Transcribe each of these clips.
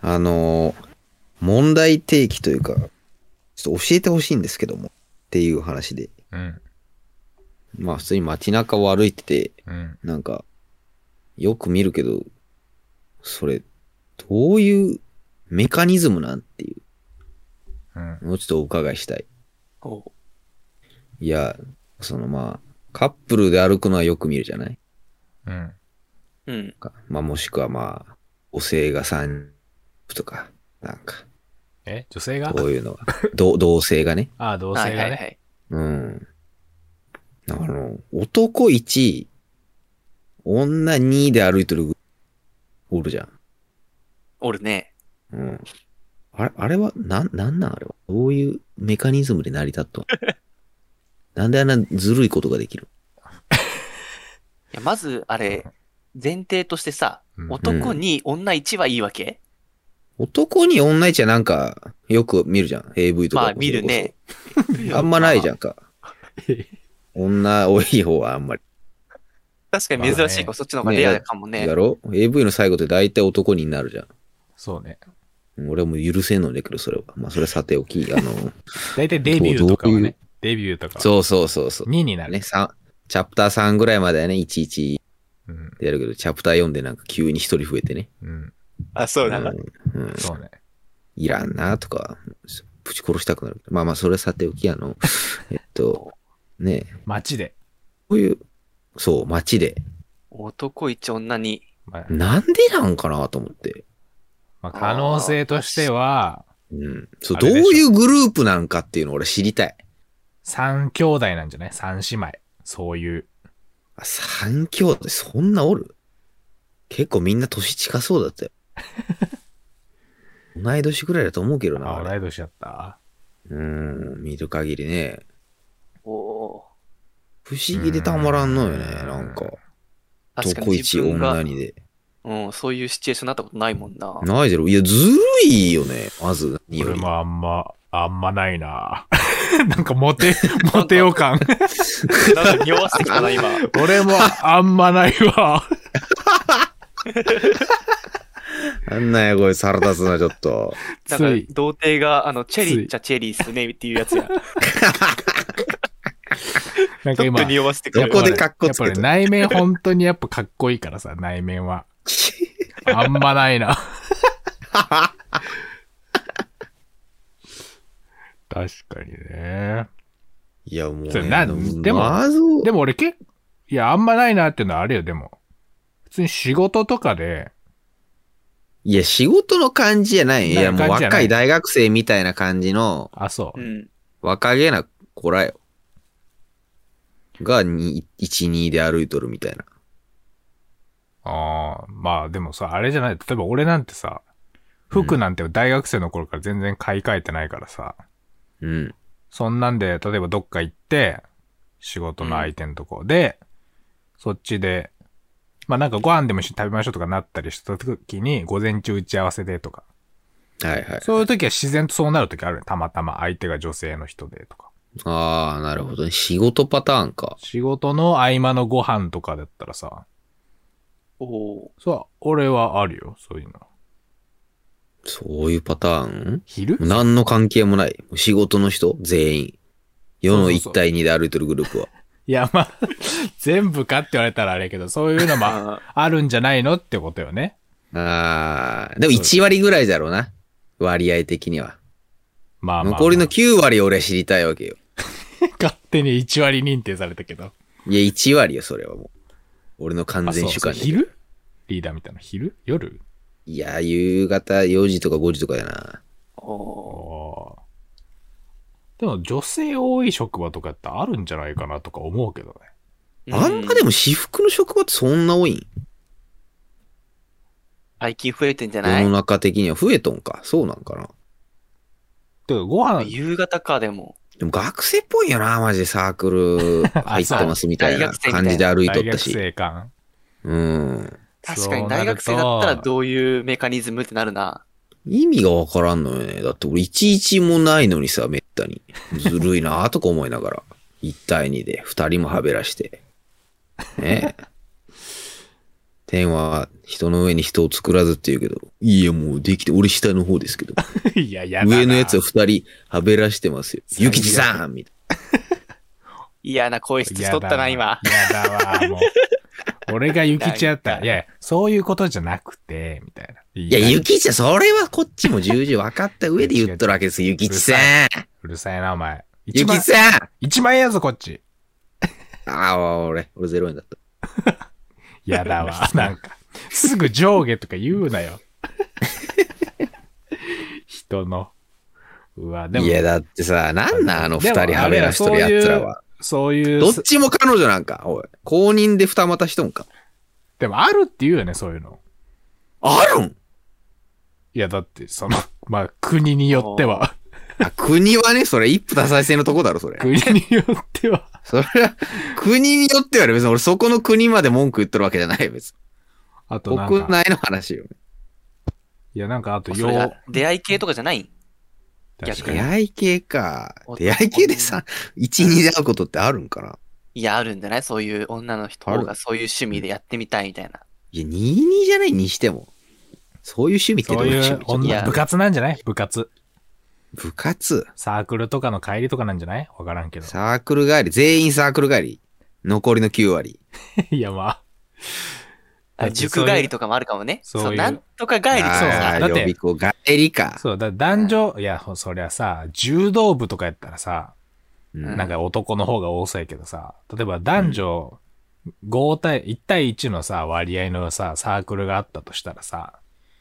あの、問題提起というか、ちょっと教えてほしいんですけども、っていう話で。うん。まあ普通に街中を歩いてて、うん。なんか、よく見るけど、それ、どういうメカニズムなんっていうん。うのをちょっとお伺いしたい。ほいや、そのまあ、カップルで歩くのはよく見るじゃないうん。う。うん。かまあもしくはまあ、お性が3とか、なんか、え女性がこういうのが、ど同性がね。ああ、同は性いはがいはね。い。うん。だからあの、男1、女2で歩いてる、おるじゃん。おるね。うん。あれ、あれは、なん、なんなんあれは。どういうメカニズムで成り立っと んなんであんなずるいことができるいや、まず、あれ、前提としてさ、うん男に女1はいいわけ男に女一はなんか、よく見るじゃん。AV とか。まあ、見るね。 あんまないじゃん。ん か。え女多い方はあんまり。確かに珍しいまあねか、そっちの方がレアかもね。やろ ?AV の最後って大体男になるじゃん。そうね。俺はもう許せんのだけど、それは。まあ、それはさておき。あの、大体デビューとかはどういうね。デビューとか。そうそうそうそう。 2になる。ね、三チャプター3ぐらいまではね、11うん。でやるけど、チャプター4でなんか急に一人増えてね。うん。あ、そううなの。んうんそうね。いらんなとか、ぶち殺したくなる。まあまあ、それはさておき、あ の、えっと、ねえ街で。こういう、そう、街で、男1、女2。まあ、なんでなんかなと思って。まあ、可能性としては、うん。そう、あどうれでしょいうグループなんかっていうのを俺知りたい。 3兄弟なんじゃない ?3 姉妹。そういう。あ三兄弟、そんなおる結構みんな年近そうだ ったよ。同い年ぐらいだと思うけどな。あ、あれ同い年だった。うん、見る限りね。おお不思議でたまらんのよね、なんか。ー。確かに男自一分女が、にで。うん、そういうシチュエーションになったことないもんな。ないだろ。いや、ずるいよね。まず、によ俺り。もあんま、あんまないな なんかモテ、モテ よ感。なんか匂わせてきたな、 今。俺もあんまないわ。なんなんや、こいつ腹立つな、ちょっと。 なつんいか、、童貞が、あの、チェつリいーっちゃチェリーっすね、っ ていうやつや。なんちかょっ今と、匂わせてくどる。こでかっこつやけってぱり内面本当にやっぱかっこいいからさ、内面は。あんまない な。確かにね。いや、もうね、それなでもまず、でも俺結いや、あんまないなっていうのはあるよ、でも。普通に仕事とかで、いや、仕事の感じじゃない。いや、なんもかう感じじゃな若いい大学生みたいな感じの、あ、そうう。ん。若げな子らよ。が、に1、2で歩いとるみたいな。ああ、まあでもさ、あれじゃない。例えば俺なんてさ、服なんて大学生の頃から全然買い替えてないからさ、うん。そんなんで、例えばどっか行って、仕事の相手のとこで、そっちで、まあなんかご飯でも一緒に食べましょうとかなったりした時に、午前中打ち合わせでとか、はいはい。そういう時は自然とそうなる時あるね。たまたま相手が女性の人でとか。ああ、なるほどね。仕事パターンか。仕事の合間のご飯とかだったらさ、おおそう、俺はあるよ、そういうの。そういうパターン昼もう何の関係もない。もう仕事の人全員。世の一対二で歩いてるグループは。いや、まあ、全部かって言われたらあれやけど、そういうのもあー。あるんじゃないのってことよね。ああ、でも1割ぐらいだろうな。割合的には。まあまあ、残りの9割俺は知りたいわけよ。勝手に1割認定されたけど。いや、1割よ、それはもう。俺の完全主あそう観そうに。昼リーダーみたいな昼夜いや、夕方4時とか5時とかだな。あおーーでも女性多い職場とかってあるんじゃないかなとか思うけどね。あんまでも私服の職場ってそんな多いん最近増えてんじゃな世のい中的には増えとんか。そうなんかな。てかご飯、夕方か、でも。でも学生っぽいよな、マジでサークル入ってますみたいな 大学生みたい感なじで歩いと大った学し。生感。うん。確かそにうな大ると学生だったらどういうメカニズムってなるな。意味がわからんのよね。だって俺11もないのにさ、めったに。ずるいな とか思いながら。1対2で2人もはべらして。ねえ。天は人の上に人を作らずって言うけど、いやもうできて、俺下の方ですけど、 いや、やだな上のやつを二人はべらしてますよ。最ゆ悪きちさんみたい嫌な声質しとったな、やだわ今。。やだわ、もう。俺がゆきちやったなら、んかいやいや、そういうことじゃなくて、みたいな。いな。いや、ゆきちさん、それはこっちも重々分かった上で言っとるわけですよ。ゆきちさんうるさいな、お前。一ゆ万き、さん一万円やぞ、こっち。ああ、俺、俺ゼロ円だった。やだわ、 なんか。すぐ上下とか言うなよ。 人の。うわ、でもい、や、だってさ、なんなんあの二人でもはべらしとるあれややつらは。そういう、どっちも彼女なんか、おい。公認で二股しとんか。でもあるって言うよね、そういうの。あるんいや、だって、その、まあ、国によっては、あ国はね、それ一夫多妻制のとこだろ、それ。国によっては、それは、国によってはね別に俺そこの国まで文句言ってるわけじゃないよ、別 に。あと国なんか、内の話よ。いや、なんかあと、それよが出会い系とかじゃない確か出に。会い系かお。出会い系でさ、一、二で会うことってあるんかないや、あるんじゃないそういう女の人あるがそういう趣味でやってみたいみたいな。いや、二、二じゃないにしても。そういう趣味ってそどうういうい趣う味い女、や部活なんじゃない部活。部活、サークルとかの帰りとかなんじゃないわからん けど。サークル帰り、全員サークル帰り。残りの9割。いや、まあだってそうい塾う帰りとかもあるかもね。そうそいうう、なんとか帰りとかそうあさーだって予備校帰りあ、か。そう、だ男女、いや、ほそりゃさ、柔道部とかやったらさ、うんなんか男の方が多そうやけどさ、例えば男女5対、1対1のさ、割合のさ、サークルがあったとしたらさ、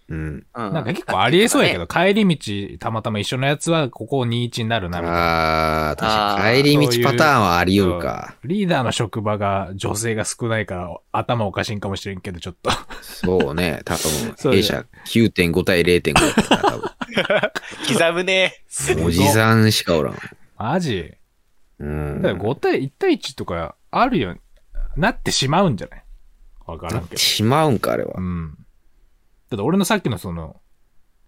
うん。うんなんか結構ありえそうやけねど、帰り道、たまたま一緒のやつは、ここ21になるな、みたいな。ああ、確かあーに帰り道パターンはあり得るか。リーダーの職場が女性が少ないから、頭おかしいんかもしれんけど、ちょっと。 そうね。多そ分、うだよ弊社9.5対0.5だったから多分。刻むね。おじん。さんしかおらん。マジうん。だから5対、1対1とか、あるよ、なってしまうんじゃないわからんけど。しまうんか、あれはう。ん。だって俺のさっきのその、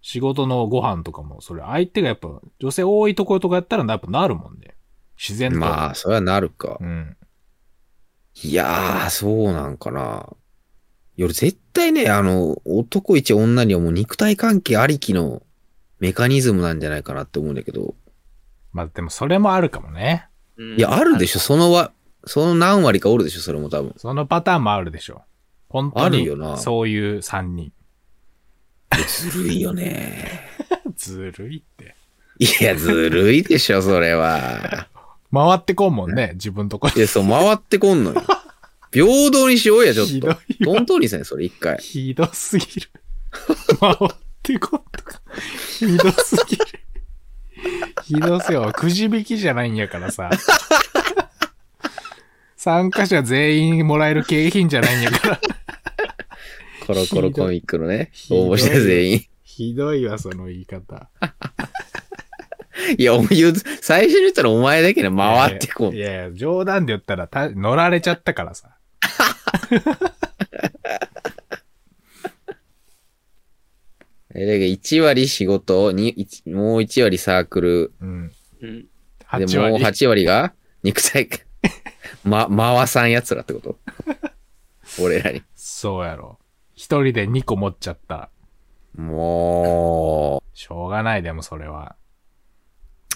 仕事のご飯とかも、それ相手がやっぱ、女性多いところとかやったら、やっぱなるもんね。自然と。まあ、それはなるか。うん。いやー、そうなんかな。いや、俺絶対ね、あの、男一女にはもう肉体関係ありきのメカニズムなんじゃないかなって思うんだけど。まあでもそれもあるかもね。うんいや、あるでしょ、そのわ、その何割かおるでしょ、それも多分。そのパターンもあるでしょ。本当あるによ、なそういう3人。ずるいよね。ずるいって。いや、ずるいでしょ、それは。回ってこんもんね、自分とこいや、そう、回ってこんのよ。平等にしようや、ちょっひどいとわ。トントニーさんやそれ一回。ひどすぎる。回ってこんとか。ひどすぎる。ひどすよ。くじ引きじゃないんやからさ。参加者全員もらえる景品じゃないんやから。コロコロコミックのね、ひどい応募した全員。ひどいわ、その言い方。いや、お前言う、最初に言ったらお前だけで回ってこんい。やいや、冗談で言ったらた乗られちゃったからさ。え、だけど1割仕事を、に一もう1割サークル、うん。うんで、 8もう割。 8割が肉体 か、ま、回さん奴らってこと 俺らに。そうやろ。一人で2個持っちゃった。もしょうがない、でもそれは。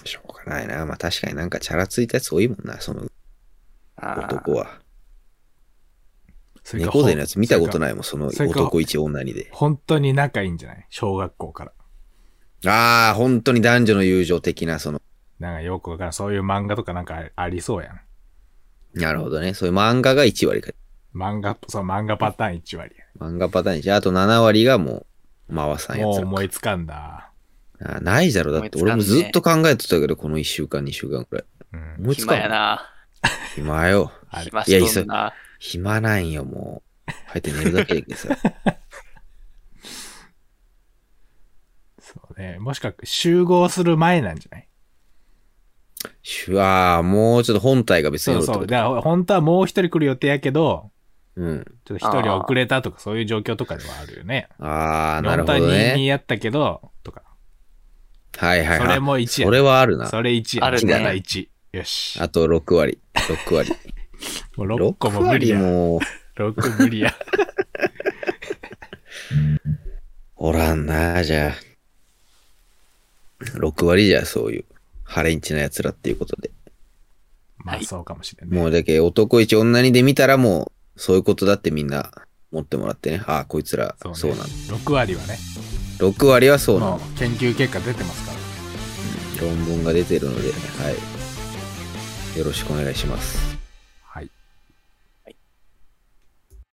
う、しょうがないな。まあ確かになんかチャラついたやつ多いもんな、そのあー男は。それか猫背のやつ見たことい。ないもん、そのそれか男一女二で。本当に仲いいんじゃない小学校から。ああ、本当に男女の友情的な、その、なんかよくわからん。そういう漫画とかなんかありそうやん。なるほどね。そういう漫画が1割か。漫画、そう、漫画パターン1割漫画パターンにして、あと7割がもう、回さや。んやもうつらか。思いつかんだ。あーないだろ、だって俺もずっと考えてたけど、この1週間、2週間くらい。うん。思いつか暇んやな。暇よ。あれ暇いやいやしとんな。暇なんよ、もう。入って寝るだけで さ。そうね。もしか、集合する前なんじゃないしゅわー、もうちょっと本体が別にあそうるってそこう。と。だから本当はもう一人来る予定やけど、うん。ちょっと一人遅れたとかそういう状況とかではあるよね。あー、なる本ほ当はど2、2ね。やったけど、とか。はいはいそはれい。も1それや。はあるな。それ1や。あるねまだ1。よし。あと6割。6割。 もう6 6個も無割理や。もう、 6無理や。おらんな、じゃあ。6割じゃそういう、ハレンチな奴らっていうことで。まあはいそうかもしれない。もうだけど男一女二で見たらもう、そういうことだってみんな持ってもらってね。ああ、こいつら、そうねそうなんだ。 6割はね、 6割はそうなんもだ。う研究結果出てますから。論文が出てるので、はい。よろしくお願いします。